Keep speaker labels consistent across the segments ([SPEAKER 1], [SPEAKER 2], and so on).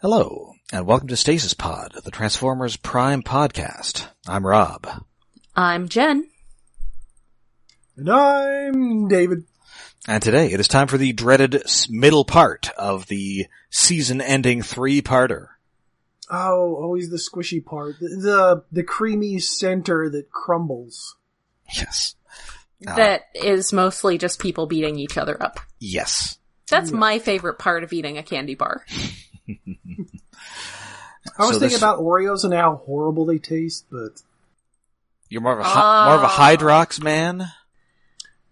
[SPEAKER 1] Hello, and welcome to Stasis Pod, the Transformers Prime podcast. I'm Rob.
[SPEAKER 2] I'm Jen.
[SPEAKER 3] And I'm David.
[SPEAKER 1] And today it is time for the dreaded s- middle part of the season ending three parter.
[SPEAKER 3] Oh, always the squishy part, the, the the creamy center that crumbles.
[SPEAKER 1] Yes.
[SPEAKER 3] Ah.
[SPEAKER 1] Uh,
[SPEAKER 2] That is mostly just people beating each other up.
[SPEAKER 1] Yes.
[SPEAKER 2] That's my favorite part of eating a candy bar.
[SPEAKER 3] I was
[SPEAKER 1] So
[SPEAKER 3] thinking
[SPEAKER 1] this-
[SPEAKER 3] about Oreos and how horrible they taste, but
[SPEAKER 1] You're more of a, hy- more of a
[SPEAKER 2] Ah.
[SPEAKER 1] Hydrox man?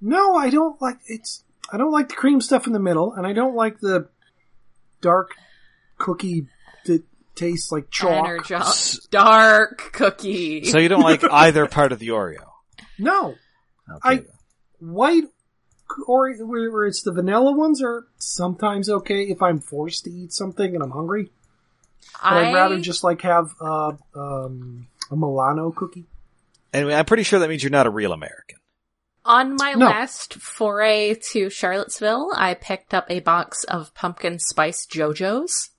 [SPEAKER 3] no, I don't like it's. I don't like the cream stuff in the middle, and I don't like the dark cookie that tastes like chalk.
[SPEAKER 2] Energon- dark cookie.
[SPEAKER 1] So you don't like either part of the Oreo?
[SPEAKER 3] No,
[SPEAKER 1] Okay.
[SPEAKER 3] white Oreo, where, where it's the vanilla ones, are sometimes okay if I'm forced to eat something and I'm hungry. But
[SPEAKER 2] I
[SPEAKER 3] I'd rather just like have uh, um, a Milano cookie.
[SPEAKER 1] Anyway, I'm pretty sure that means you're not a real American.
[SPEAKER 2] on my
[SPEAKER 3] No.
[SPEAKER 2] last foray to Charlottesville, I picked up a box of pumpkin spice JoJo's.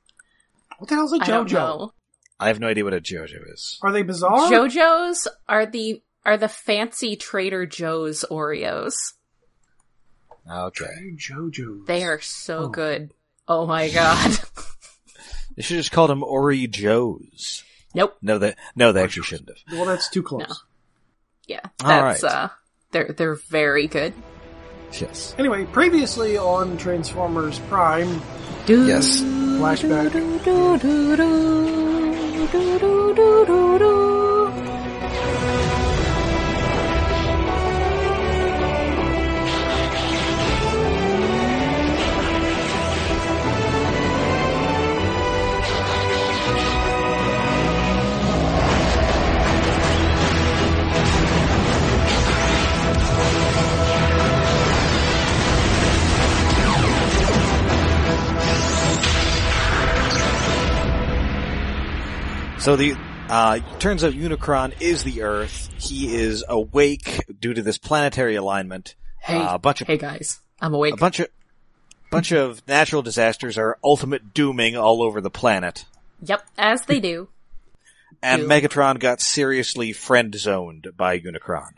[SPEAKER 3] What the hell's a
[SPEAKER 2] I don't
[SPEAKER 3] JoJo?
[SPEAKER 2] know.
[SPEAKER 1] I have no idea what a JoJo is.
[SPEAKER 3] Are they bizarre?
[SPEAKER 2] JoJo's are the are the fancy Trader Joe's Oreos.
[SPEAKER 1] Okay.
[SPEAKER 3] They're JoJo's.
[SPEAKER 2] They are so
[SPEAKER 3] Oh.
[SPEAKER 2] good. Oh my god.
[SPEAKER 1] They should have just called them Ori Joes.
[SPEAKER 2] nope.
[SPEAKER 1] No, they, no, they actually shouldn't have.
[SPEAKER 3] Well, that's too close.
[SPEAKER 2] No. Yeah.
[SPEAKER 1] All
[SPEAKER 2] That's
[SPEAKER 1] right.
[SPEAKER 2] uh they're they're very good.
[SPEAKER 1] Yes.
[SPEAKER 3] Anyway, previously on Transformers Prime
[SPEAKER 2] Dude.
[SPEAKER 1] Yes.
[SPEAKER 3] flashback,
[SPEAKER 1] So the uh, turns out Unicron is the Earth. He is awake due to this planetary alignment.
[SPEAKER 2] Hey,
[SPEAKER 1] Uh, a bunch of
[SPEAKER 2] hey guys, I'm awake.
[SPEAKER 1] a bunch of bunch of natural disasters are ultimate dooming all over the planet.
[SPEAKER 2] yep, as they do.
[SPEAKER 1] And
[SPEAKER 2] Ew.
[SPEAKER 1] Megatron got seriously friend zoned by Unicron.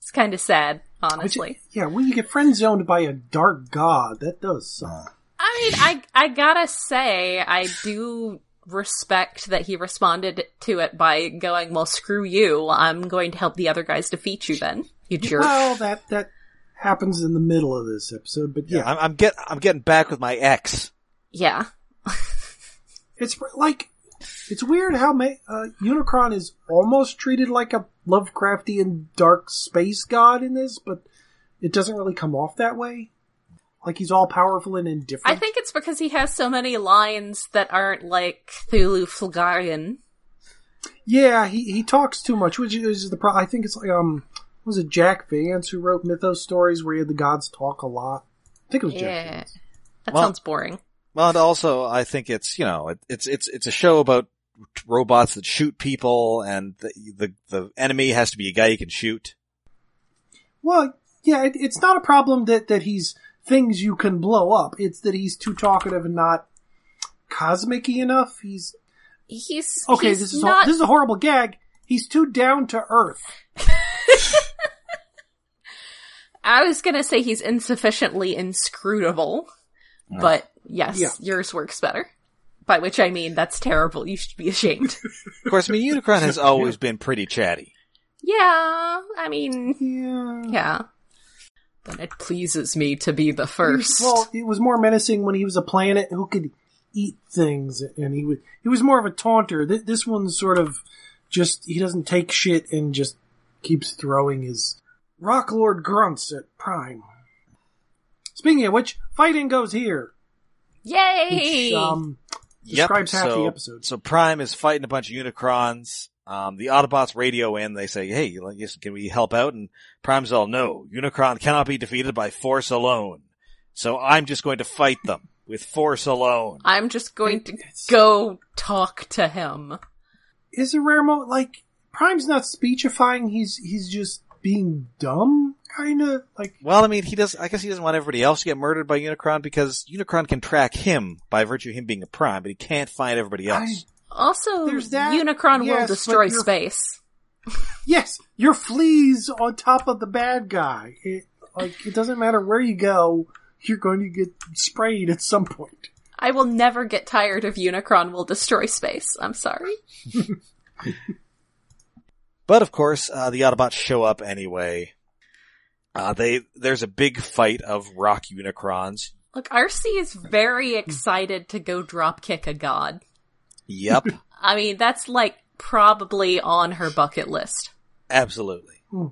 [SPEAKER 2] It's kind of sad,
[SPEAKER 3] which,
[SPEAKER 2] honestly.
[SPEAKER 3] yeah, when you get friend zoned by a dark god, that does suck.
[SPEAKER 2] I mean, I I gotta say, I do respect that he responded to it by going, "Well, screw you. I'm going to help the other guys defeat you." Then you jerk.
[SPEAKER 3] Well, that that happens in the middle of this episode, but yeah,
[SPEAKER 1] I'm, I'm get I'm getting back with my ex.
[SPEAKER 2] yeah,
[SPEAKER 3] it's like it's weird how ma- uh, Unicron is almost treated like a Lovecraftian dark space god in this, but it doesn't really come off that way. Like he's all powerful and indifferent.
[SPEAKER 2] I think it's because he has so many lines that aren't like Thulu Flagarian.
[SPEAKER 3] Yeah, he, he talks too much, which is the problem. I think it's like um, was it Jack Vance who wrote Mythos stories where he had the gods talk a lot? I think it was Jack.
[SPEAKER 2] Yeah,
[SPEAKER 3] Vance.
[SPEAKER 2] that
[SPEAKER 1] Well-
[SPEAKER 2] sounds boring.
[SPEAKER 1] Well, and also I think it's you know it, it's it's it's a show about robots that shoot people, and the the, the enemy has to be a guy you can shoot.
[SPEAKER 3] Well, yeah, it, it's not a problem that that he's things you can blow up. It's that he's too talkative and not cosmic-y enough. He's
[SPEAKER 2] He's
[SPEAKER 3] okay.
[SPEAKER 2] he's
[SPEAKER 3] this is
[SPEAKER 2] not
[SPEAKER 3] a, this is a horrible gag. He's too down to earth.
[SPEAKER 2] I was gonna say he's insufficiently inscrutable, but yes,
[SPEAKER 3] Yeah.
[SPEAKER 2] yours works better. By which I mean that's terrible. You should be ashamed.
[SPEAKER 1] Of course, I mean Unicron has always been pretty chatty.
[SPEAKER 2] yeah, I mean,
[SPEAKER 3] Yeah.
[SPEAKER 2] yeah. But it pleases me to be the first.
[SPEAKER 3] Well, it was more menacing when he was a planet who could eat things, and he would. He was more of a taunter. Th- This one's sort of just he doesn't take shit and just keeps throwing his rock lord grunts at Prime. Speaking of which, fighting goes here.
[SPEAKER 2] Yay!
[SPEAKER 3] Which, um,
[SPEAKER 1] Yep,
[SPEAKER 3] Describes half the
[SPEAKER 1] so-
[SPEAKER 3] episode.
[SPEAKER 1] So Prime is fighting a bunch of Unicrons. Um, the Autobots radio in. They say, "Hey, like, yes, can we help out?" And Prime's all, "No, Unicron cannot be defeated by force alone. So I'm just going to fight them with force alone."
[SPEAKER 2] I'm just going to
[SPEAKER 3] It's-
[SPEAKER 2] go talk to him.
[SPEAKER 3] is a rare moment. Like Prime's not speechifying. He's he's just being dumb, kind of like
[SPEAKER 1] Well, I mean, he does. I guess he doesn't want everybody else to get murdered by Unicron because Unicron can track him by virtue of him being a prime, but he can't find everybody
[SPEAKER 3] I-
[SPEAKER 1] else.
[SPEAKER 2] Also,
[SPEAKER 3] There's that.
[SPEAKER 2] Unicron
[SPEAKER 3] Yes,
[SPEAKER 2] will
[SPEAKER 3] but
[SPEAKER 2] destroy
[SPEAKER 3] you're-
[SPEAKER 2] space.
[SPEAKER 3] yes, your fleas on top of the bad guy. It, like it doesn't matter where you go, you're going to get sprayed at some point.
[SPEAKER 2] I will never get tired of Unicron will destroy space. I'm sorry.
[SPEAKER 1] But of course, uh, the Autobots show up anyway. Uh, they there's a big fight of rock Unicrons.
[SPEAKER 2] Look, RC is very excited to go dropkick a god.
[SPEAKER 1] Yep,
[SPEAKER 2] I mean, that's like probably on her bucket list.
[SPEAKER 1] absolutely.
[SPEAKER 3] Hmm.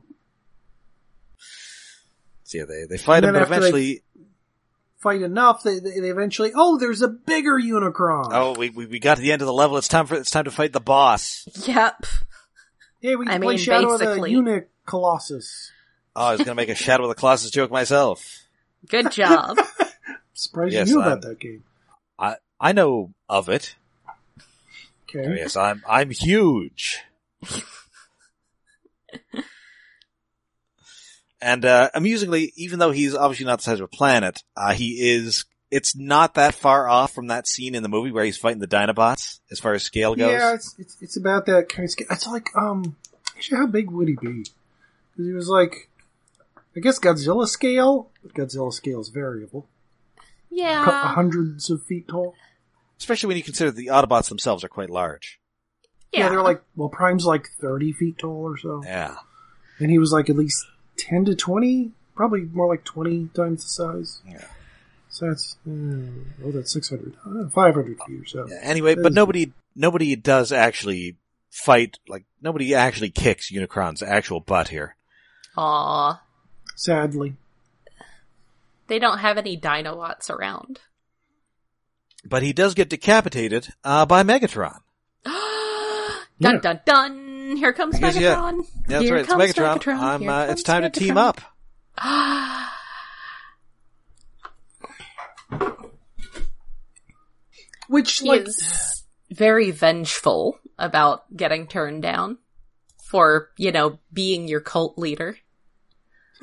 [SPEAKER 1] So yeah, they they fight him,
[SPEAKER 3] And then
[SPEAKER 1] but
[SPEAKER 3] after they-
[SPEAKER 1] eventually,
[SPEAKER 3] Fight enough, they, they they eventually. Oh, there's a bigger Unicron.
[SPEAKER 1] oh, we, we we got to the end of the level. It's time for it's time to fight the boss.
[SPEAKER 2] Yep.
[SPEAKER 3] yeah, we can
[SPEAKER 2] I
[SPEAKER 3] play
[SPEAKER 2] mean,
[SPEAKER 3] Shadow
[SPEAKER 2] basically.
[SPEAKER 3] of the Unic Colossus.
[SPEAKER 1] Oh, I was gonna make a Shadow of the Colossus joke myself.
[SPEAKER 2] Good job.
[SPEAKER 3] Surprised
[SPEAKER 1] Yes,
[SPEAKER 3] you knew about
[SPEAKER 1] I'm-
[SPEAKER 3] that game.
[SPEAKER 1] I I know of it.
[SPEAKER 3] Okay,
[SPEAKER 1] Oh, yes, I'm I'm huge. and uh, amusingly, even though he's obviously not the size of a planet, uh, he is. It's not that far off from that scene in the movie where he's fighting the Dinobots, as far as scale goes.
[SPEAKER 3] Yeah, it's, it's it's about that kind of. sca- It's like um, actually, how big would he be? Because he was like, I guess Godzilla scale. But Godzilla scale is variable. Cou-
[SPEAKER 2] Yeah.
[SPEAKER 3] hundreds of feet tall.
[SPEAKER 1] Especially when you consider the Autobots themselves are quite large.
[SPEAKER 3] Yeah.
[SPEAKER 2] Yeah.
[SPEAKER 3] they're like well, Prime's like thirty feet tall or so,
[SPEAKER 1] Yeah.
[SPEAKER 3] and he was like at least ten to twenty, probably more like twenty times the size.
[SPEAKER 1] Yeah.
[SPEAKER 3] So that's mm, oh, that's six hundred, five hundred feet or so.
[SPEAKER 1] Yeah, Anyway, but nobody nobody does actually fight like nobody actually kicks Unicron's actual butt here.
[SPEAKER 2] Aw.
[SPEAKER 3] Sadly,
[SPEAKER 2] They don't have any Dinobots around.
[SPEAKER 1] But he does get decapitated uh, by Megatron.
[SPEAKER 2] Dun
[SPEAKER 3] Yeah.
[SPEAKER 2] dun dun! Here comes
[SPEAKER 1] I guess, yeah.
[SPEAKER 2] Megatron.
[SPEAKER 1] Yeah, that's
[SPEAKER 2] Here
[SPEAKER 1] right. It's
[SPEAKER 2] comes
[SPEAKER 1] Megatron. I'm,
[SPEAKER 2] Here
[SPEAKER 1] uh,
[SPEAKER 2] comes
[SPEAKER 1] it's time to team
[SPEAKER 2] Megatron.
[SPEAKER 1] up.
[SPEAKER 3] which
[SPEAKER 2] He
[SPEAKER 3] like
[SPEAKER 2] is very vengeful about getting turned down for you know being your cult leader.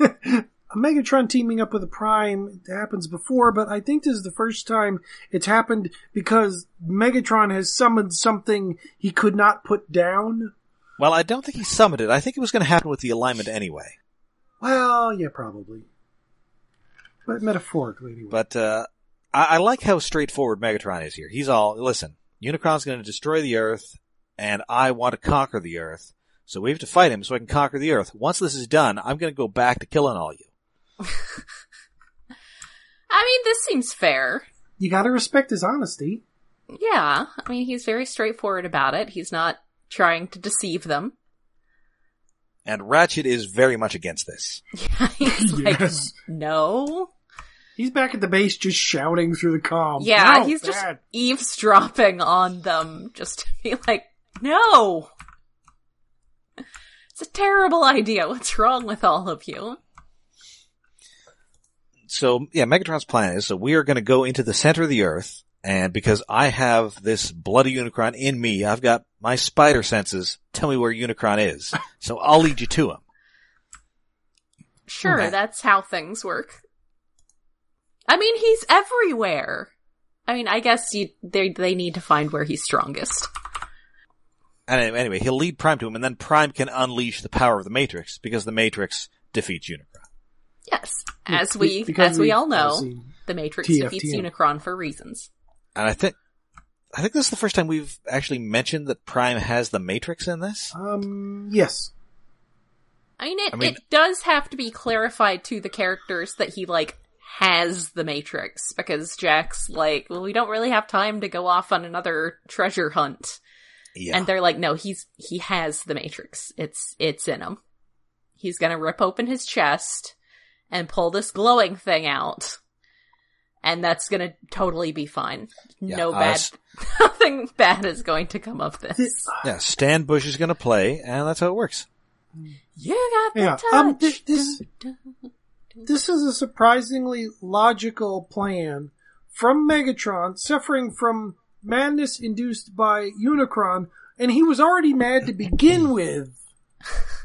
[SPEAKER 3] a Megatron teaming up with a Prime it happens before, but I think this is the first time it's happened because Megatron has summoned something he could not put down.
[SPEAKER 1] Well, I don't think he summoned it. I think it was going to happen with the alignment anyway.
[SPEAKER 3] Well, yeah, probably, but metaphorically anyway.
[SPEAKER 1] But uh, I-, I like how straightforward Megatron is here. He's all, listen, Unicron's going to destroy the Earth, and I want to conquer the Earth. So we have to fight him so I can conquer the Earth. Once this is done, I'm going to go back to killing all you.
[SPEAKER 2] I mean, this seems fair.
[SPEAKER 3] you gotta respect his honesty.
[SPEAKER 2] Yeah, I mean, he's very straightforward about it. He's not trying to deceive them.
[SPEAKER 1] And Ratchet is very much against this.
[SPEAKER 2] he's
[SPEAKER 3] Yes.
[SPEAKER 2] like, no.
[SPEAKER 3] He's back at the base just shouting through the comm.
[SPEAKER 2] Yeah,
[SPEAKER 3] No,
[SPEAKER 2] he's just
[SPEAKER 3] Dad.
[SPEAKER 2] eavesdropping on them just to be like, no! It's a terrible idea. What's wrong with all of you?
[SPEAKER 1] So yeah, Megatron's plan is so we are going to go into the center of the Earth, and because I have this bloody Unicron in me, I've got my spider senses. Tell me where Unicron is, so I'll lead you to him.
[SPEAKER 2] Sure,
[SPEAKER 1] Okay.
[SPEAKER 2] that's how things work. I mean, he's everywhere. I mean, I guess you, they they need to find where he's strongest.
[SPEAKER 1] And anyway- anyway, he'll lead Prime to him, and then Prime can unleash the power of the Matrix because the Matrix defeats Unicron.
[SPEAKER 2] Yes, as
[SPEAKER 3] Be-
[SPEAKER 2] we
[SPEAKER 3] because
[SPEAKER 2] as we all know,
[SPEAKER 3] see.
[SPEAKER 2] the Matrix
[SPEAKER 3] TFTM.
[SPEAKER 2] defeats Unicron for reasons.
[SPEAKER 1] And I think, I think this is the first time we've actually mentioned that Prime has the Matrix in this.
[SPEAKER 3] Um, yes.
[SPEAKER 2] I mean, it,
[SPEAKER 1] I mean-
[SPEAKER 2] it does have to be clarified to the characters that he, like, has the Matrix, because Jack's like, well, we don't really have time to go off on another treasure hunt.
[SPEAKER 1] Yeah.
[SPEAKER 2] And they're like, no, he's, he has the Matrix. It's, it's in him. He's gonna rip open his chest and pull this glowing thing out. And that's gonna totally be fine.
[SPEAKER 1] Yeah,
[SPEAKER 2] no
[SPEAKER 1] uh,
[SPEAKER 2] bad,
[SPEAKER 1] s-
[SPEAKER 2] nothing bad is going to come of this.
[SPEAKER 1] yeah. Stan Bush is going to play, and that's how it works.
[SPEAKER 2] You got the
[SPEAKER 3] Yeah,
[SPEAKER 2] touch.
[SPEAKER 3] um, thi- this-
[SPEAKER 2] Dun, dun.
[SPEAKER 3] This is a surprisingly logical plan from Megatron suffering from madness induced by Unicron, and he was already mad to begin with.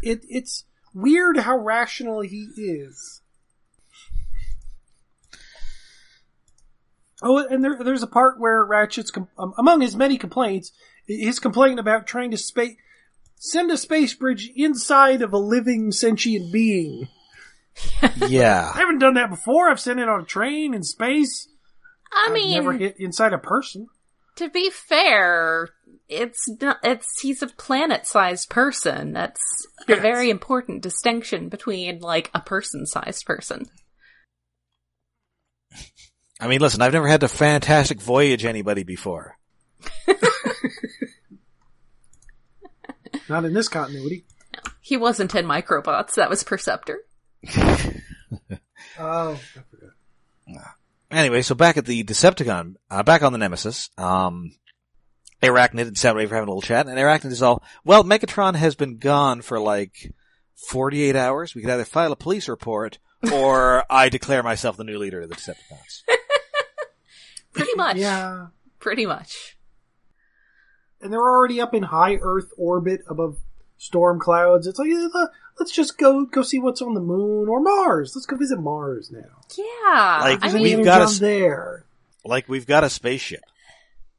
[SPEAKER 3] It, it's Weird how rational he is. Oh, and there, there's a part where Ratchet's, com- um, among his many complaints, i- his complaint about trying to space send a space bridge inside of a living sentient being. I
[SPEAKER 1] yeah.
[SPEAKER 3] haven't done that before. I've sent it on a train in space.
[SPEAKER 2] I
[SPEAKER 3] I've
[SPEAKER 2] mean,
[SPEAKER 3] never hit inside a person.
[SPEAKER 2] to be fair, it's not, it's he's a planet-sized person. That's
[SPEAKER 3] Yes.
[SPEAKER 2] a very important distinction between like a person-sized person.
[SPEAKER 1] I mean, listen, I've never had to fantastic voyage anybody before.
[SPEAKER 3] Not in this continuity.
[SPEAKER 2] He wasn't in Microbots. That was Perceptor.
[SPEAKER 3] Oh, I forgot.
[SPEAKER 1] Anyway, so back at the Decepticon, uh, back on the Nemesis, um, Arachnid and Soundwave are having a little chat, and Arachnid is all, well, Megatron has been gone for like 48 hours. We could either file a police report, or I declare myself the new leader of the Decepticons.
[SPEAKER 2] Pretty much.
[SPEAKER 3] Yeah.
[SPEAKER 2] Pretty much.
[SPEAKER 3] and they're already up in high Earth orbit above storm clouds. It's like eh, le- let's just go go see what's on the moon or Mars. Let's go visit Mars now.
[SPEAKER 2] Yeah.
[SPEAKER 1] Like,
[SPEAKER 2] I
[SPEAKER 1] we've
[SPEAKER 2] mean,
[SPEAKER 1] got a
[SPEAKER 3] on
[SPEAKER 1] s-
[SPEAKER 3] there.
[SPEAKER 1] like, we've got a spaceship.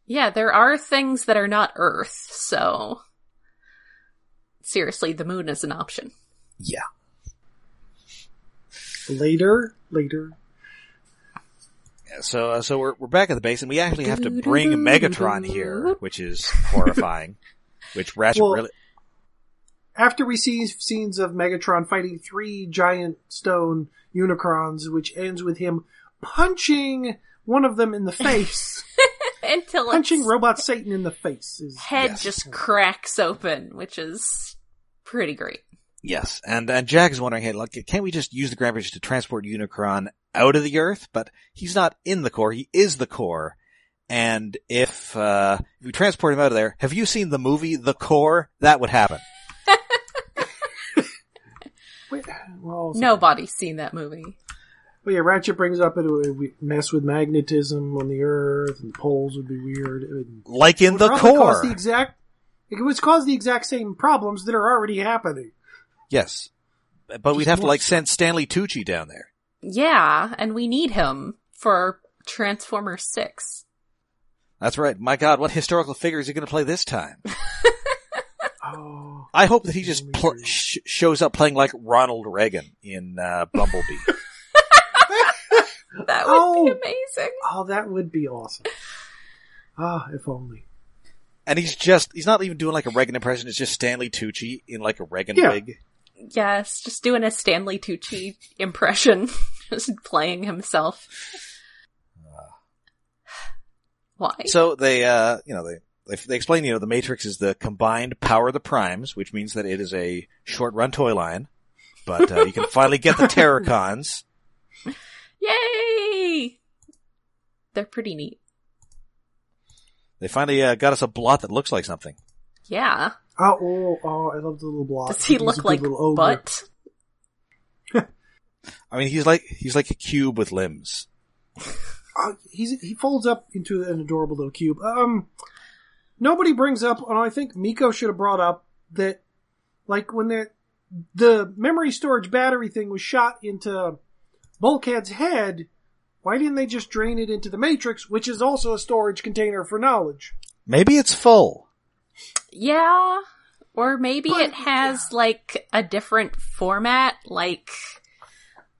[SPEAKER 2] yeah, there are things that are not Earth, so. Seriously, the moon is an option.
[SPEAKER 1] Yeah.
[SPEAKER 3] Later, later.
[SPEAKER 1] So, uh, so we're, we're back at the base, and we actually have to bring Megatron here, which is horrifying. Which Ratchet
[SPEAKER 3] Well,
[SPEAKER 1] really,
[SPEAKER 3] After we see scenes of Megatron fighting three giant stone unicrons, which ends with him punching one of them in the face,
[SPEAKER 2] Until its
[SPEAKER 3] punching Robot Satan in the face. Is,
[SPEAKER 2] head
[SPEAKER 1] Yes.
[SPEAKER 2] just cracks open, which is pretty great.
[SPEAKER 1] Yes, and and Jack is wondering, hey, like, can't we just use the Grand Bridge to transport Unicron out of the Earth? But he's not in the core; he is the core. And if uh if we transport him out of there, have you seen the movie The Core? That would happen.
[SPEAKER 3] Wait, well,
[SPEAKER 2] Nobody's seen that movie.
[SPEAKER 3] Well, yeah, Ratchet brings up it would mess with magnetism on the Earth, and the poles would be weird. It would
[SPEAKER 1] Like in The
[SPEAKER 3] probably
[SPEAKER 1] Core.
[SPEAKER 3] cause the exact it would cause the exact same problems that are already happening.
[SPEAKER 1] yes, but we'd
[SPEAKER 3] Just
[SPEAKER 1] have to
[SPEAKER 3] more-
[SPEAKER 1] like send Stanley Tucci down there.
[SPEAKER 2] Yeah, and we need him for Transformers 6.
[SPEAKER 1] That's right. My God, what historical figure is he going to play this time?
[SPEAKER 3] Oh,
[SPEAKER 1] I hope that he just pl- sh- shows up playing like Ronald Reagan in uh, Bumblebee.
[SPEAKER 2] That would
[SPEAKER 3] Oh.
[SPEAKER 2] be amazing.
[SPEAKER 3] oh, that would be awesome. Ah, if only.
[SPEAKER 1] And he's just, he's not even doing like a Reagan impression, it's just Stanley Tucci in like a Reagan
[SPEAKER 3] Yeah.
[SPEAKER 1] wig.
[SPEAKER 2] Yes, just doing a Stanley Tucci impression, just playing himself. Why?
[SPEAKER 1] So they, uh, you know, they, they, they explain, you know, the Matrix is the combined power of the primes, which means that it is a short run toy line, but uh, you can finally get the Terracons.
[SPEAKER 2] Yay! They're pretty neat.
[SPEAKER 1] They finally uh, got us a blot that looks like something.
[SPEAKER 2] Yeah.
[SPEAKER 3] Oh, oh, oh, I love the little block.
[SPEAKER 2] Does he
[SPEAKER 3] He's a
[SPEAKER 2] look
[SPEAKER 3] good
[SPEAKER 2] like
[SPEAKER 3] little ogre.
[SPEAKER 2] butt?
[SPEAKER 1] I mean, he's like, he's like a cube with limbs.
[SPEAKER 3] Oh, he's he folds up into an adorable little cube. Um, nobody brings up, and I think Miko should have brought up that, like when the the memory storage battery thing was shot into Bulkhead's head. Why didn't they just drain it into the Matrix, which is also a storage container for knowledge?
[SPEAKER 1] Maybe it's full.
[SPEAKER 2] Yeah. Or maybe
[SPEAKER 3] But-
[SPEAKER 2] it has like a different format, like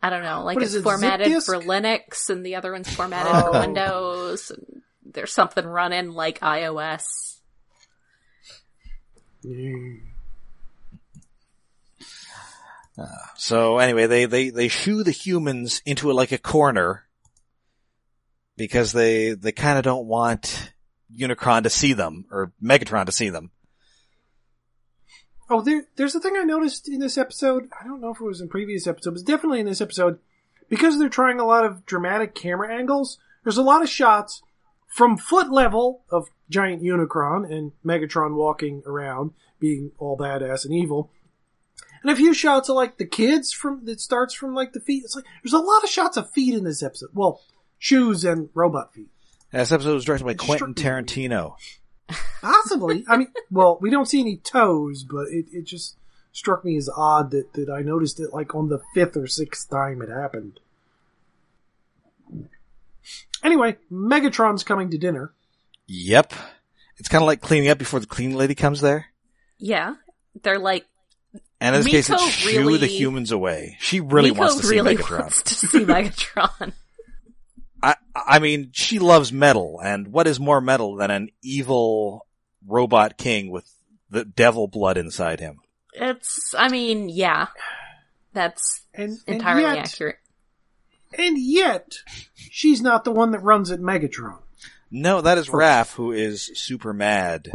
[SPEAKER 2] I don't know, like
[SPEAKER 3] What
[SPEAKER 2] it's
[SPEAKER 3] is it, zip
[SPEAKER 2] formatted
[SPEAKER 3] disk?
[SPEAKER 2] for Linux and the other one's formatted for
[SPEAKER 3] Oh.
[SPEAKER 2] Windows. And there's something running like iOS.
[SPEAKER 1] So anyway, they, they, they shoo the humans into like a corner because they, they kind of don't want Unicron to see them or Megatron to see them.
[SPEAKER 3] Oh, there, there's a thing I noticed in this episode. I don't know if it was in previous episodes, but definitely in this episode, because they're trying a lot of dramatic camera angles. There's a lot of shots from foot level of giant Unicron and Megatron walking around, being all badass and evil, and a few shots of like the kids from that starts from like the feet. It's like there's a lot of shots of feet in this episode. Well, shoes and robot feet.
[SPEAKER 1] Yeah, This episode was directed by Quentin
[SPEAKER 3] Sure.
[SPEAKER 1] Tarantino.
[SPEAKER 3] Possibly. I mean, well, we don't see any toes, but it, it just struck me as odd that, that I noticed it like on the fifth or sixth time it happened. Anyway, Megatron's coming to dinner.
[SPEAKER 1] Yep. It's kind of like cleaning up before the clean lady comes there.
[SPEAKER 2] Yeah. They're like,
[SPEAKER 1] And in this case, it's
[SPEAKER 2] Miko
[SPEAKER 1] shoo
[SPEAKER 2] really-
[SPEAKER 1] the humans away. She really
[SPEAKER 2] Miko
[SPEAKER 1] wants to see
[SPEAKER 2] really
[SPEAKER 1] Megatron.
[SPEAKER 2] wants to see Megatron.
[SPEAKER 1] I, I mean, she loves metal, and what is more metal than an evil robot king with the devil blood inside him?
[SPEAKER 2] it's, I mean, yeah. That's
[SPEAKER 3] And, and
[SPEAKER 2] entirely
[SPEAKER 3] yet,
[SPEAKER 2] accurate.
[SPEAKER 3] And yet, she's not the one that runs at Megatron.
[SPEAKER 1] No, that is Raph, who is super mad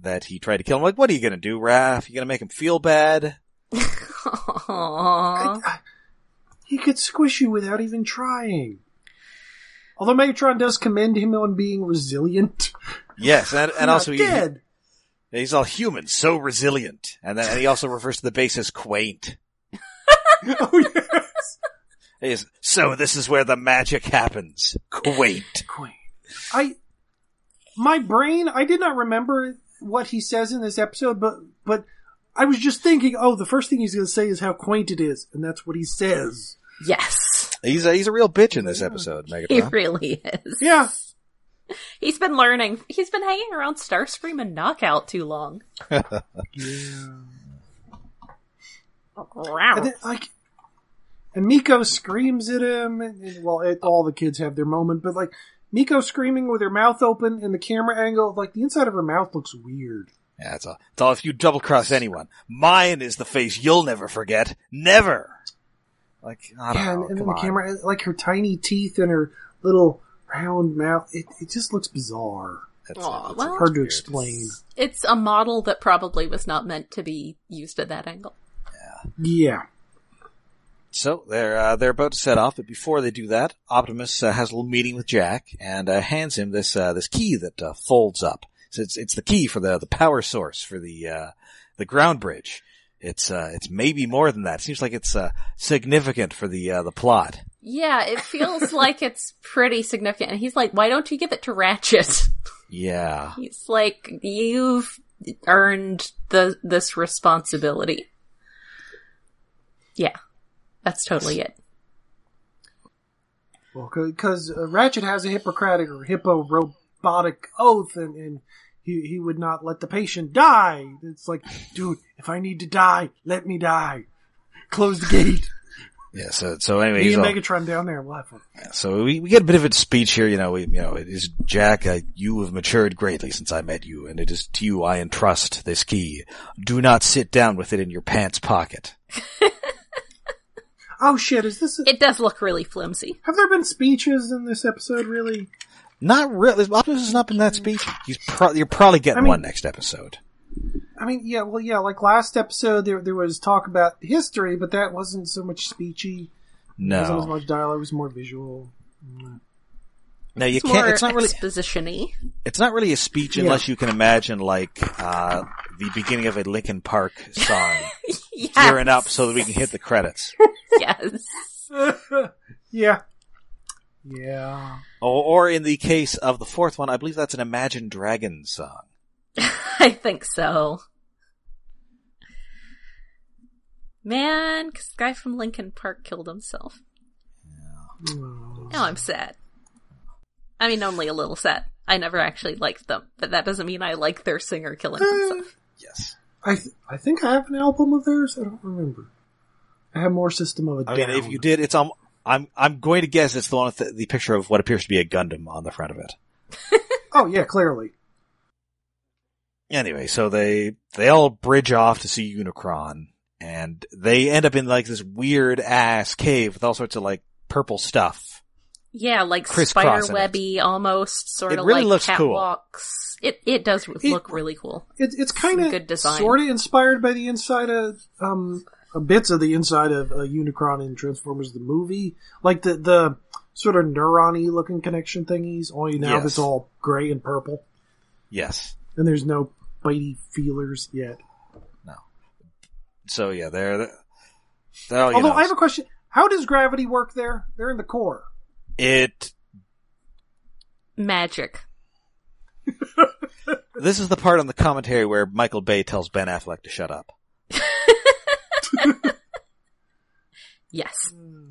[SPEAKER 1] that he tried to kill him. Like, what are you gonna do, Raph? You gonna make him feel bad?
[SPEAKER 2] Aww.
[SPEAKER 3] I- I- he could squish you without even trying. Although Megatron does commend him on being resilient.
[SPEAKER 1] Yes, and,
[SPEAKER 3] You're
[SPEAKER 1] and also
[SPEAKER 3] not
[SPEAKER 1] he,
[SPEAKER 3] dead.
[SPEAKER 1] he's all human, so resilient. And then and he also refers to the base as quaint.
[SPEAKER 3] oh yes.
[SPEAKER 1] He is, so this is where the magic happens. Quaint.
[SPEAKER 3] Queen. I my brain I did not remember what he says in this episode, but but I was just thinking, oh, the first thing he's gonna say is how quaint it is, and that's what he says.
[SPEAKER 2] Yes.
[SPEAKER 1] He's a, he's a real bitch in this episode,
[SPEAKER 2] He
[SPEAKER 1] Megatron.
[SPEAKER 2] really is.
[SPEAKER 3] Yeah.
[SPEAKER 2] He's been learning. He's been hanging around Starscream and Knockout too long.
[SPEAKER 3] And then, like and Miko screams at him and, and well it, all the kids have their moment, but like Miko screaming with her mouth open and the camera angle, like the inside of her mouth looks weird.
[SPEAKER 1] Yeah, that's all. It's all if you double cross anyone. Mine is the face you'll never forget. Never. Like, I don't
[SPEAKER 3] Yeah,
[SPEAKER 1] know.
[SPEAKER 3] and, and
[SPEAKER 1] come
[SPEAKER 3] then the
[SPEAKER 1] on.
[SPEAKER 3] camera like her tiny teeth and her little round mouth, it, it just looks bizarre.
[SPEAKER 1] That's-
[SPEAKER 2] Aw,
[SPEAKER 1] that's
[SPEAKER 2] well-
[SPEAKER 3] Hard to
[SPEAKER 1] weird.
[SPEAKER 3] explain.
[SPEAKER 2] It's a model that probably was not meant to be used at that angle.
[SPEAKER 3] Yeah.
[SPEAKER 1] So they're uh, they're about to set off, but before they do that, Optimus uh, has a little meeting with Jack and uh, hands him this uh, this key that uh, folds up. So it's it's the key for the the power source for the uh, the ground bridge. It's uh, it's maybe more than that. Seems like it's uh, significant for the uh, the plot.
[SPEAKER 2] Yeah, it feels like it's pretty significant. And he's like, why don't you give it to Ratchet?
[SPEAKER 1] Yeah,
[SPEAKER 2] He's like, you've earned the this responsibility. Yeah, that's totally it.
[SPEAKER 3] Well, because uh, Ratchet has a Hippocratic or Hippo robotic oath, and, and he, he would not let the patient die. It's like, dude, if I need to die, let me die. Close the gate.
[SPEAKER 1] yeah. So so anyway,
[SPEAKER 3] Me
[SPEAKER 1] he's
[SPEAKER 3] and
[SPEAKER 1] all-
[SPEAKER 3] Megatron down there. We'll have fun.
[SPEAKER 1] So we, we get a bit of a speech here, you know, we, you know, it is Jack, uh, you have matured greatly since I met you, and it is to you I entrust this key. Do not sit down with it in your pants pocket.
[SPEAKER 3] Oh shit! Is this?
[SPEAKER 2] It does look really flimsy.
[SPEAKER 3] have there been speeches in this episode? Really?
[SPEAKER 1] Not really, Optimus has not been that speech. He's pro- you're probably getting
[SPEAKER 3] I mean-
[SPEAKER 1] one next episode.
[SPEAKER 3] I mean, yeah. Well, yeah. Like last episode, there there was talk about history, but that wasn't so much speechy. It wasn't
[SPEAKER 1] No.
[SPEAKER 3] as much dialogue. It was more visual.
[SPEAKER 1] No, you
[SPEAKER 2] It's
[SPEAKER 1] can't,
[SPEAKER 2] more
[SPEAKER 1] it's not really,
[SPEAKER 2] exposition-y.
[SPEAKER 1] it's not really a speech
[SPEAKER 3] Yeah.
[SPEAKER 1] unless you can imagine like, uh, the beginning of a Linkin Park song
[SPEAKER 2] Yes.
[SPEAKER 1] gearing up so that we can hit the credits.
[SPEAKER 2] Yes.
[SPEAKER 3] yeah. Yeah.
[SPEAKER 1] Or, or in the case of the fourth one, I believe that's an Imagine Dragons song.
[SPEAKER 2] I think so. Man, 'cause the guy from Lincoln Park killed himself.
[SPEAKER 3] Hmm.
[SPEAKER 2] Now I'm sad. I mean, only a little sad. I never actually liked them, but that doesn't mean I like their singer killing
[SPEAKER 1] Hmm.
[SPEAKER 2] himself.
[SPEAKER 1] Yes.
[SPEAKER 3] I th- I think I have an album of theirs. I don't remember. I have more System of a
[SPEAKER 1] I
[SPEAKER 3] Down.
[SPEAKER 1] mean, if you did, it's um, I'm I'm going to guess it's the one with the, the picture of what appears to be a Gundam on the front of it.
[SPEAKER 3] Oh yeah, clearly.
[SPEAKER 1] Anyway, so they they all bridge off to see Unicron, and they end up in like this weird ass cave with all sorts of like purple stuff.
[SPEAKER 2] Yeah, like
[SPEAKER 1] Crisscrossing
[SPEAKER 2] spider webby almost, sort
[SPEAKER 1] It
[SPEAKER 2] of
[SPEAKER 1] really
[SPEAKER 2] like
[SPEAKER 1] looks cool.
[SPEAKER 2] catwalks. It it does
[SPEAKER 3] It-
[SPEAKER 2] look really cool.
[SPEAKER 3] It, it's
[SPEAKER 2] Some
[SPEAKER 3] kind
[SPEAKER 2] good
[SPEAKER 3] of
[SPEAKER 2] design.
[SPEAKER 3] sort of inspired by the inside of um uh, bits of the inside of uh, Unicron in Transformers the movie, like the the sort of neurony looking connection thingies. Only now
[SPEAKER 1] Yes.
[SPEAKER 3] it's all gray and purple,
[SPEAKER 1] Yes.
[SPEAKER 3] and there's no bitey feelers yet.
[SPEAKER 1] So yeah, they're. they're all, Oh, you
[SPEAKER 3] Although
[SPEAKER 1] know,
[SPEAKER 3] I have a question: How does gravity work there? They're in the core.
[SPEAKER 1] it.
[SPEAKER 2] Magic.
[SPEAKER 1] This is the part on the commentary where Michael Bay tells Ben Affleck to shut up.
[SPEAKER 2] Yes.
[SPEAKER 1] Hmm.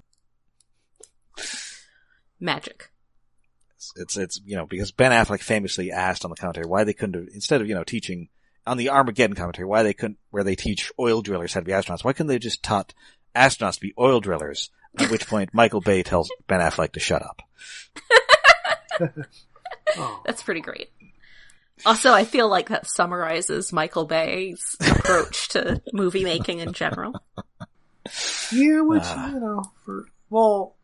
[SPEAKER 2] Magic.
[SPEAKER 1] It's, it's it's you know because Ben Affleck famously asked on the commentary why they couldn't have, instead of you know teaching on the Armageddon commentary why they couldn't where they teach oil drillers how to be astronauts why couldn't they just taught astronauts to be oil drillers at which point Michael Bay tells Ben Affleck to shut up.
[SPEAKER 3] Oh.
[SPEAKER 2] That's pretty great. Also, I feel like that summarizes Michael Bay's approach to movie making in general.
[SPEAKER 3] Yeah, which
[SPEAKER 1] Ah.
[SPEAKER 3] you know, for well,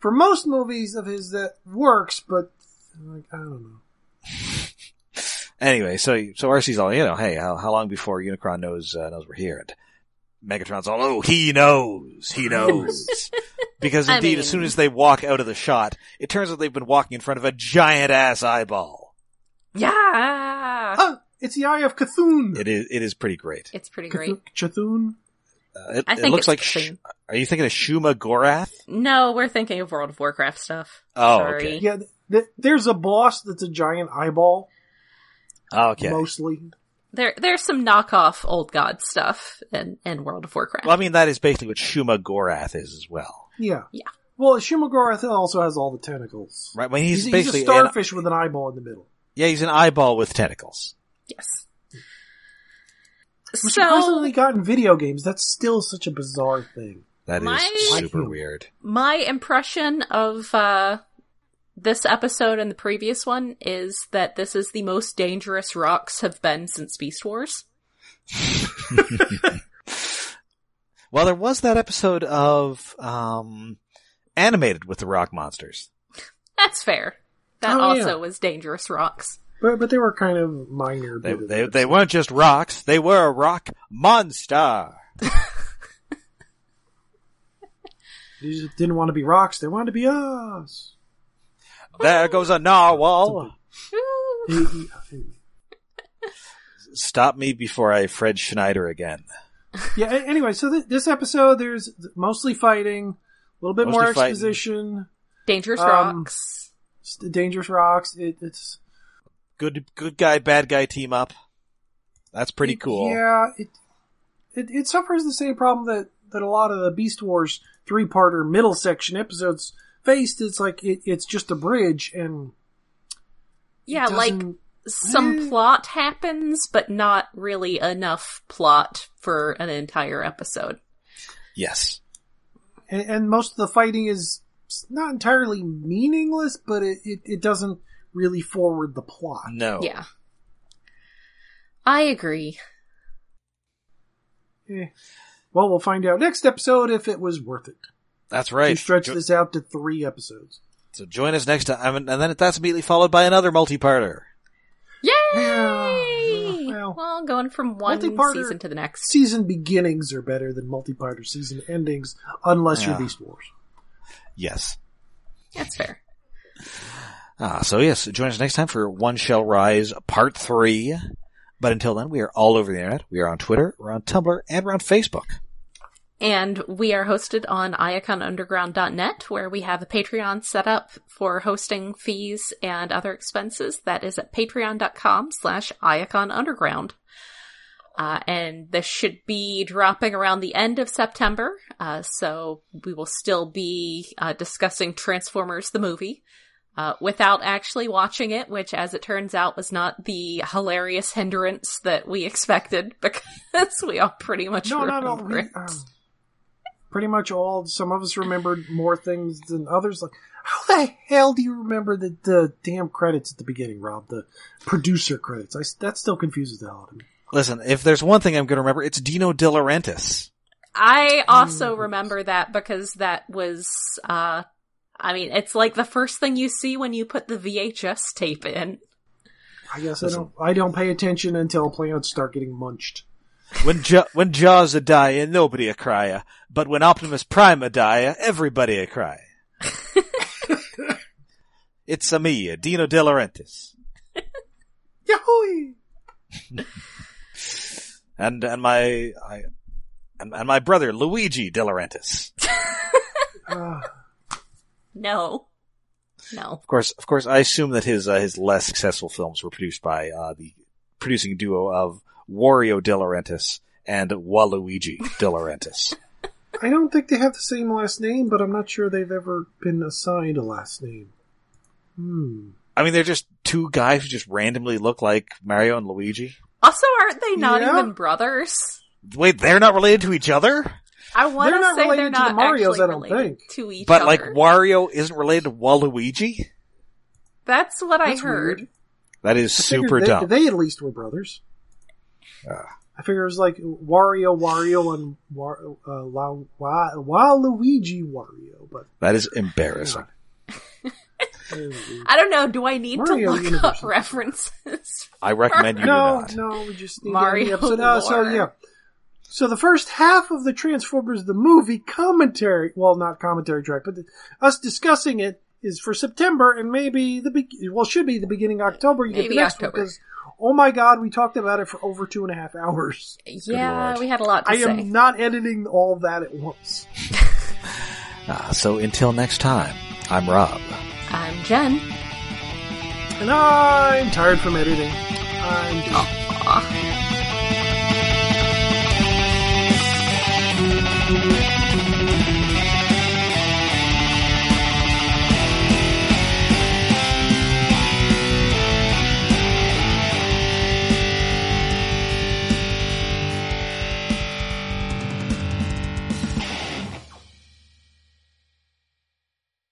[SPEAKER 3] for most movies of his that works, but like I don't know.
[SPEAKER 1] Anyway, so so RC's all you know hey how how long before Unicron knows uh, knows we're here and Megatron's all oh he knows he knows. Because
[SPEAKER 2] I
[SPEAKER 1] indeed, as soon
[SPEAKER 2] mean-
[SPEAKER 1] as they walk out of the shot, it turns out they've been walking in front of a giant ass eyeball.
[SPEAKER 2] Yeah.
[SPEAKER 3] Oh, it's the Eye of Cthulhu.
[SPEAKER 1] It is, it is pretty great.
[SPEAKER 2] It's pretty great.
[SPEAKER 3] Cthulhu. Cthulhu.
[SPEAKER 1] Uh, it,
[SPEAKER 2] I
[SPEAKER 1] it
[SPEAKER 2] think
[SPEAKER 1] looks
[SPEAKER 2] it's
[SPEAKER 1] like,
[SPEAKER 2] clean.
[SPEAKER 1] Sh- are you thinking of Shuma Gorath?
[SPEAKER 2] No, we're thinking of World of Warcraft stuff.
[SPEAKER 1] Oh,
[SPEAKER 2] Sorry.
[SPEAKER 1] okay.
[SPEAKER 3] Yeah, th- th- there's a boss that's a giant eyeball,
[SPEAKER 1] Oh, Okay.
[SPEAKER 3] mostly.
[SPEAKER 2] There, there's some knockoff old god stuff in, in World of Warcraft.
[SPEAKER 1] Well, I mean, that is basically what Shuma Gorath is as well,
[SPEAKER 3] Yeah,
[SPEAKER 2] Yeah.
[SPEAKER 3] Well, Shimogorath also has all the tentacles.
[SPEAKER 1] right? When he's,
[SPEAKER 3] He's, he's
[SPEAKER 1] basically
[SPEAKER 3] a
[SPEAKER 1] an,
[SPEAKER 3] starfish with an eyeball in the middle.
[SPEAKER 1] yeah, he's an eyeball with tentacles.
[SPEAKER 2] yes.
[SPEAKER 3] Which surprisingly
[SPEAKER 2] So
[SPEAKER 3] got in video games. That's still such a bizarre thing.
[SPEAKER 1] That is
[SPEAKER 2] My-
[SPEAKER 1] super
[SPEAKER 3] Like-
[SPEAKER 1] weird.
[SPEAKER 2] my impression of uh, this episode and the previous one is that this is the most dangerous rocks have been since Beast Wars.
[SPEAKER 1] Well, there was that episode of um, animated with the rock monsters.
[SPEAKER 2] That's fair. That
[SPEAKER 3] Oh,
[SPEAKER 2] also
[SPEAKER 3] yeah.
[SPEAKER 2] was dangerous rocks.
[SPEAKER 3] But but they were kind of minor.
[SPEAKER 1] They
[SPEAKER 3] bit of
[SPEAKER 1] they,
[SPEAKER 3] it.
[SPEAKER 1] they weren't just rocks; they were a rock monster.
[SPEAKER 3] They just didn't want to be rocks. They wanted to be us.
[SPEAKER 1] There goes a narwhal.
[SPEAKER 2] Ooh.
[SPEAKER 3] E, yeah.
[SPEAKER 1] Stop me before I Fred Schneider again.
[SPEAKER 3] a- Anyway, so th- this episode, there's mostly fighting, a little bit more
[SPEAKER 1] Mostly fighting.
[SPEAKER 3] exposition,
[SPEAKER 2] Dangerous
[SPEAKER 3] Um,
[SPEAKER 2] rocks.
[SPEAKER 3] st- dangerous rocks. It, it's
[SPEAKER 1] Good good guy, bad guy team up. That's pretty cool.
[SPEAKER 3] Yeah. It, it it suffers the same problem that that a lot of the Beast Wars three parter middle section episodes faced. It's like it, it's just a bridge and it
[SPEAKER 2] Yeah, like
[SPEAKER 3] doesn't-
[SPEAKER 2] some
[SPEAKER 3] Eh.
[SPEAKER 2] plot happens, but not really enough plot for an entire episode.
[SPEAKER 1] Yes.
[SPEAKER 3] and, and most of the fighting is not entirely meaningless, but it, it, it doesn't really forward the plot.
[SPEAKER 1] No.
[SPEAKER 2] Yeah. I agree.
[SPEAKER 3] Eh. Well, we'll find out next episode if it was worth it.
[SPEAKER 1] That's
[SPEAKER 3] To
[SPEAKER 1] right.
[SPEAKER 3] stretch
[SPEAKER 1] Jo-
[SPEAKER 3] this out to three episodes.
[SPEAKER 1] So join us next time, and and then that's immediately followed by another multi-parter.
[SPEAKER 2] Yay!
[SPEAKER 3] Yeah,
[SPEAKER 2] well,
[SPEAKER 3] well,
[SPEAKER 2] going from one
[SPEAKER 3] multi-parter-
[SPEAKER 2] season to the next.
[SPEAKER 3] Season beginnings are better than multi-part or season endings, unless
[SPEAKER 1] Yeah.
[SPEAKER 3] you're Beast Wars.
[SPEAKER 1] Yes.
[SPEAKER 2] That's fair.
[SPEAKER 1] Ah, so yes, join us next time for One Shall Rise Part 3. But until then, we are all over the internet. We are on Twitter, we're on Tumblr, and we're on Facebook.
[SPEAKER 2] And we are hosted on iaconunderground.net, where we have a Patreon set up for hosting fees and other expenses. That is at patreon.com slash iaconunderground. Uh, and this should be dropping around the end of September, uh, so we will still be uh, discussing Transformers the movie. Uh, without actually watching it, which as it turns out was not the hilarious hindrance that we expected because we all pretty much
[SPEAKER 3] No, no, no.
[SPEAKER 2] remember
[SPEAKER 3] We,
[SPEAKER 2] it.
[SPEAKER 3] um, pretty much all. Some of us remembered more things than others. Like, how the hell do you remember the, the damn credits at the beginning, Rob? The producer credits. I s that still confuses the hell out of me.
[SPEAKER 1] Listen, if there's one thing I'm going to remember, it's Dino De Laurentiis.
[SPEAKER 2] I also remember that because that was, uh, I mean, it's like the first thing you see when you put the VHS tape in.
[SPEAKER 3] I guess I don't. I don't pay attention until planets start getting munched.
[SPEAKER 1] When, ja- when Jaws a die, nobody a cry. But when Optimus Prime a die, everybody a cry. it's a me, Dino De Laurentiis.
[SPEAKER 3] Yahoo!
[SPEAKER 1] And, and my, I, and, and my brother, Luigi De Laurentiis.
[SPEAKER 3] Uh,
[SPEAKER 2] No. No.
[SPEAKER 1] Of course, of course, I assume that his uh, his less successful films were produced by uh, the producing duo of Wario De Laurentiis and Waluigi De Laurentiis.
[SPEAKER 3] I don't think they have the same last name, but I'm not sure they've ever been assigned a last name. Hmm.
[SPEAKER 1] I mean, they're just two guys who just randomly look like Mario and Luigi.
[SPEAKER 2] Also, aren't they not
[SPEAKER 3] Yeah.
[SPEAKER 2] even brothers?
[SPEAKER 1] Wait, they're not related to each other?
[SPEAKER 2] I want
[SPEAKER 3] They're
[SPEAKER 2] to
[SPEAKER 3] not
[SPEAKER 2] say
[SPEAKER 3] related
[SPEAKER 2] they're
[SPEAKER 3] to the
[SPEAKER 2] not
[SPEAKER 3] Marios,
[SPEAKER 2] actually
[SPEAKER 3] I don't
[SPEAKER 2] related
[SPEAKER 3] think.
[SPEAKER 2] to each
[SPEAKER 1] but
[SPEAKER 2] other.
[SPEAKER 1] like Wario isn't related to Waluigi?
[SPEAKER 2] That's what I
[SPEAKER 3] That's
[SPEAKER 2] heard.
[SPEAKER 3] weird.
[SPEAKER 1] That is
[SPEAKER 3] I figured
[SPEAKER 1] super
[SPEAKER 3] they,
[SPEAKER 1] dumb. Ah.
[SPEAKER 3] They at least were brothers. I figure it was like Wario, Wario, and War, uh, La, Wa, Waluigi, Wario, but
[SPEAKER 1] that is embarrassing.
[SPEAKER 2] I don't know. Do I need
[SPEAKER 3] Mario
[SPEAKER 2] to look up
[SPEAKER 3] Universe.
[SPEAKER 2] references?
[SPEAKER 1] I recommend you do
[SPEAKER 3] no,
[SPEAKER 1] not.
[SPEAKER 3] no, we just need
[SPEAKER 2] Mario
[SPEAKER 3] the episode. Uh, so
[SPEAKER 2] lore.
[SPEAKER 3] yeah, so the first half of the Transformers the movie commentary, well, not commentary track, but the, us discussing it is for September and maybe the be- well should be the beginning of October. You get
[SPEAKER 2] Maybe
[SPEAKER 3] the next
[SPEAKER 2] October.
[SPEAKER 3] one because oh my god, we talked about it for over two and a half hours.
[SPEAKER 2] Yeah,
[SPEAKER 1] lord.
[SPEAKER 2] we had a lot to
[SPEAKER 3] I
[SPEAKER 2] say.
[SPEAKER 3] am not editing all of that at once.
[SPEAKER 1] Ah, so until next time, I'm Rob.
[SPEAKER 2] I'm Jen.
[SPEAKER 3] And I'm tired from editing. I'm done.
[SPEAKER 2] Aw.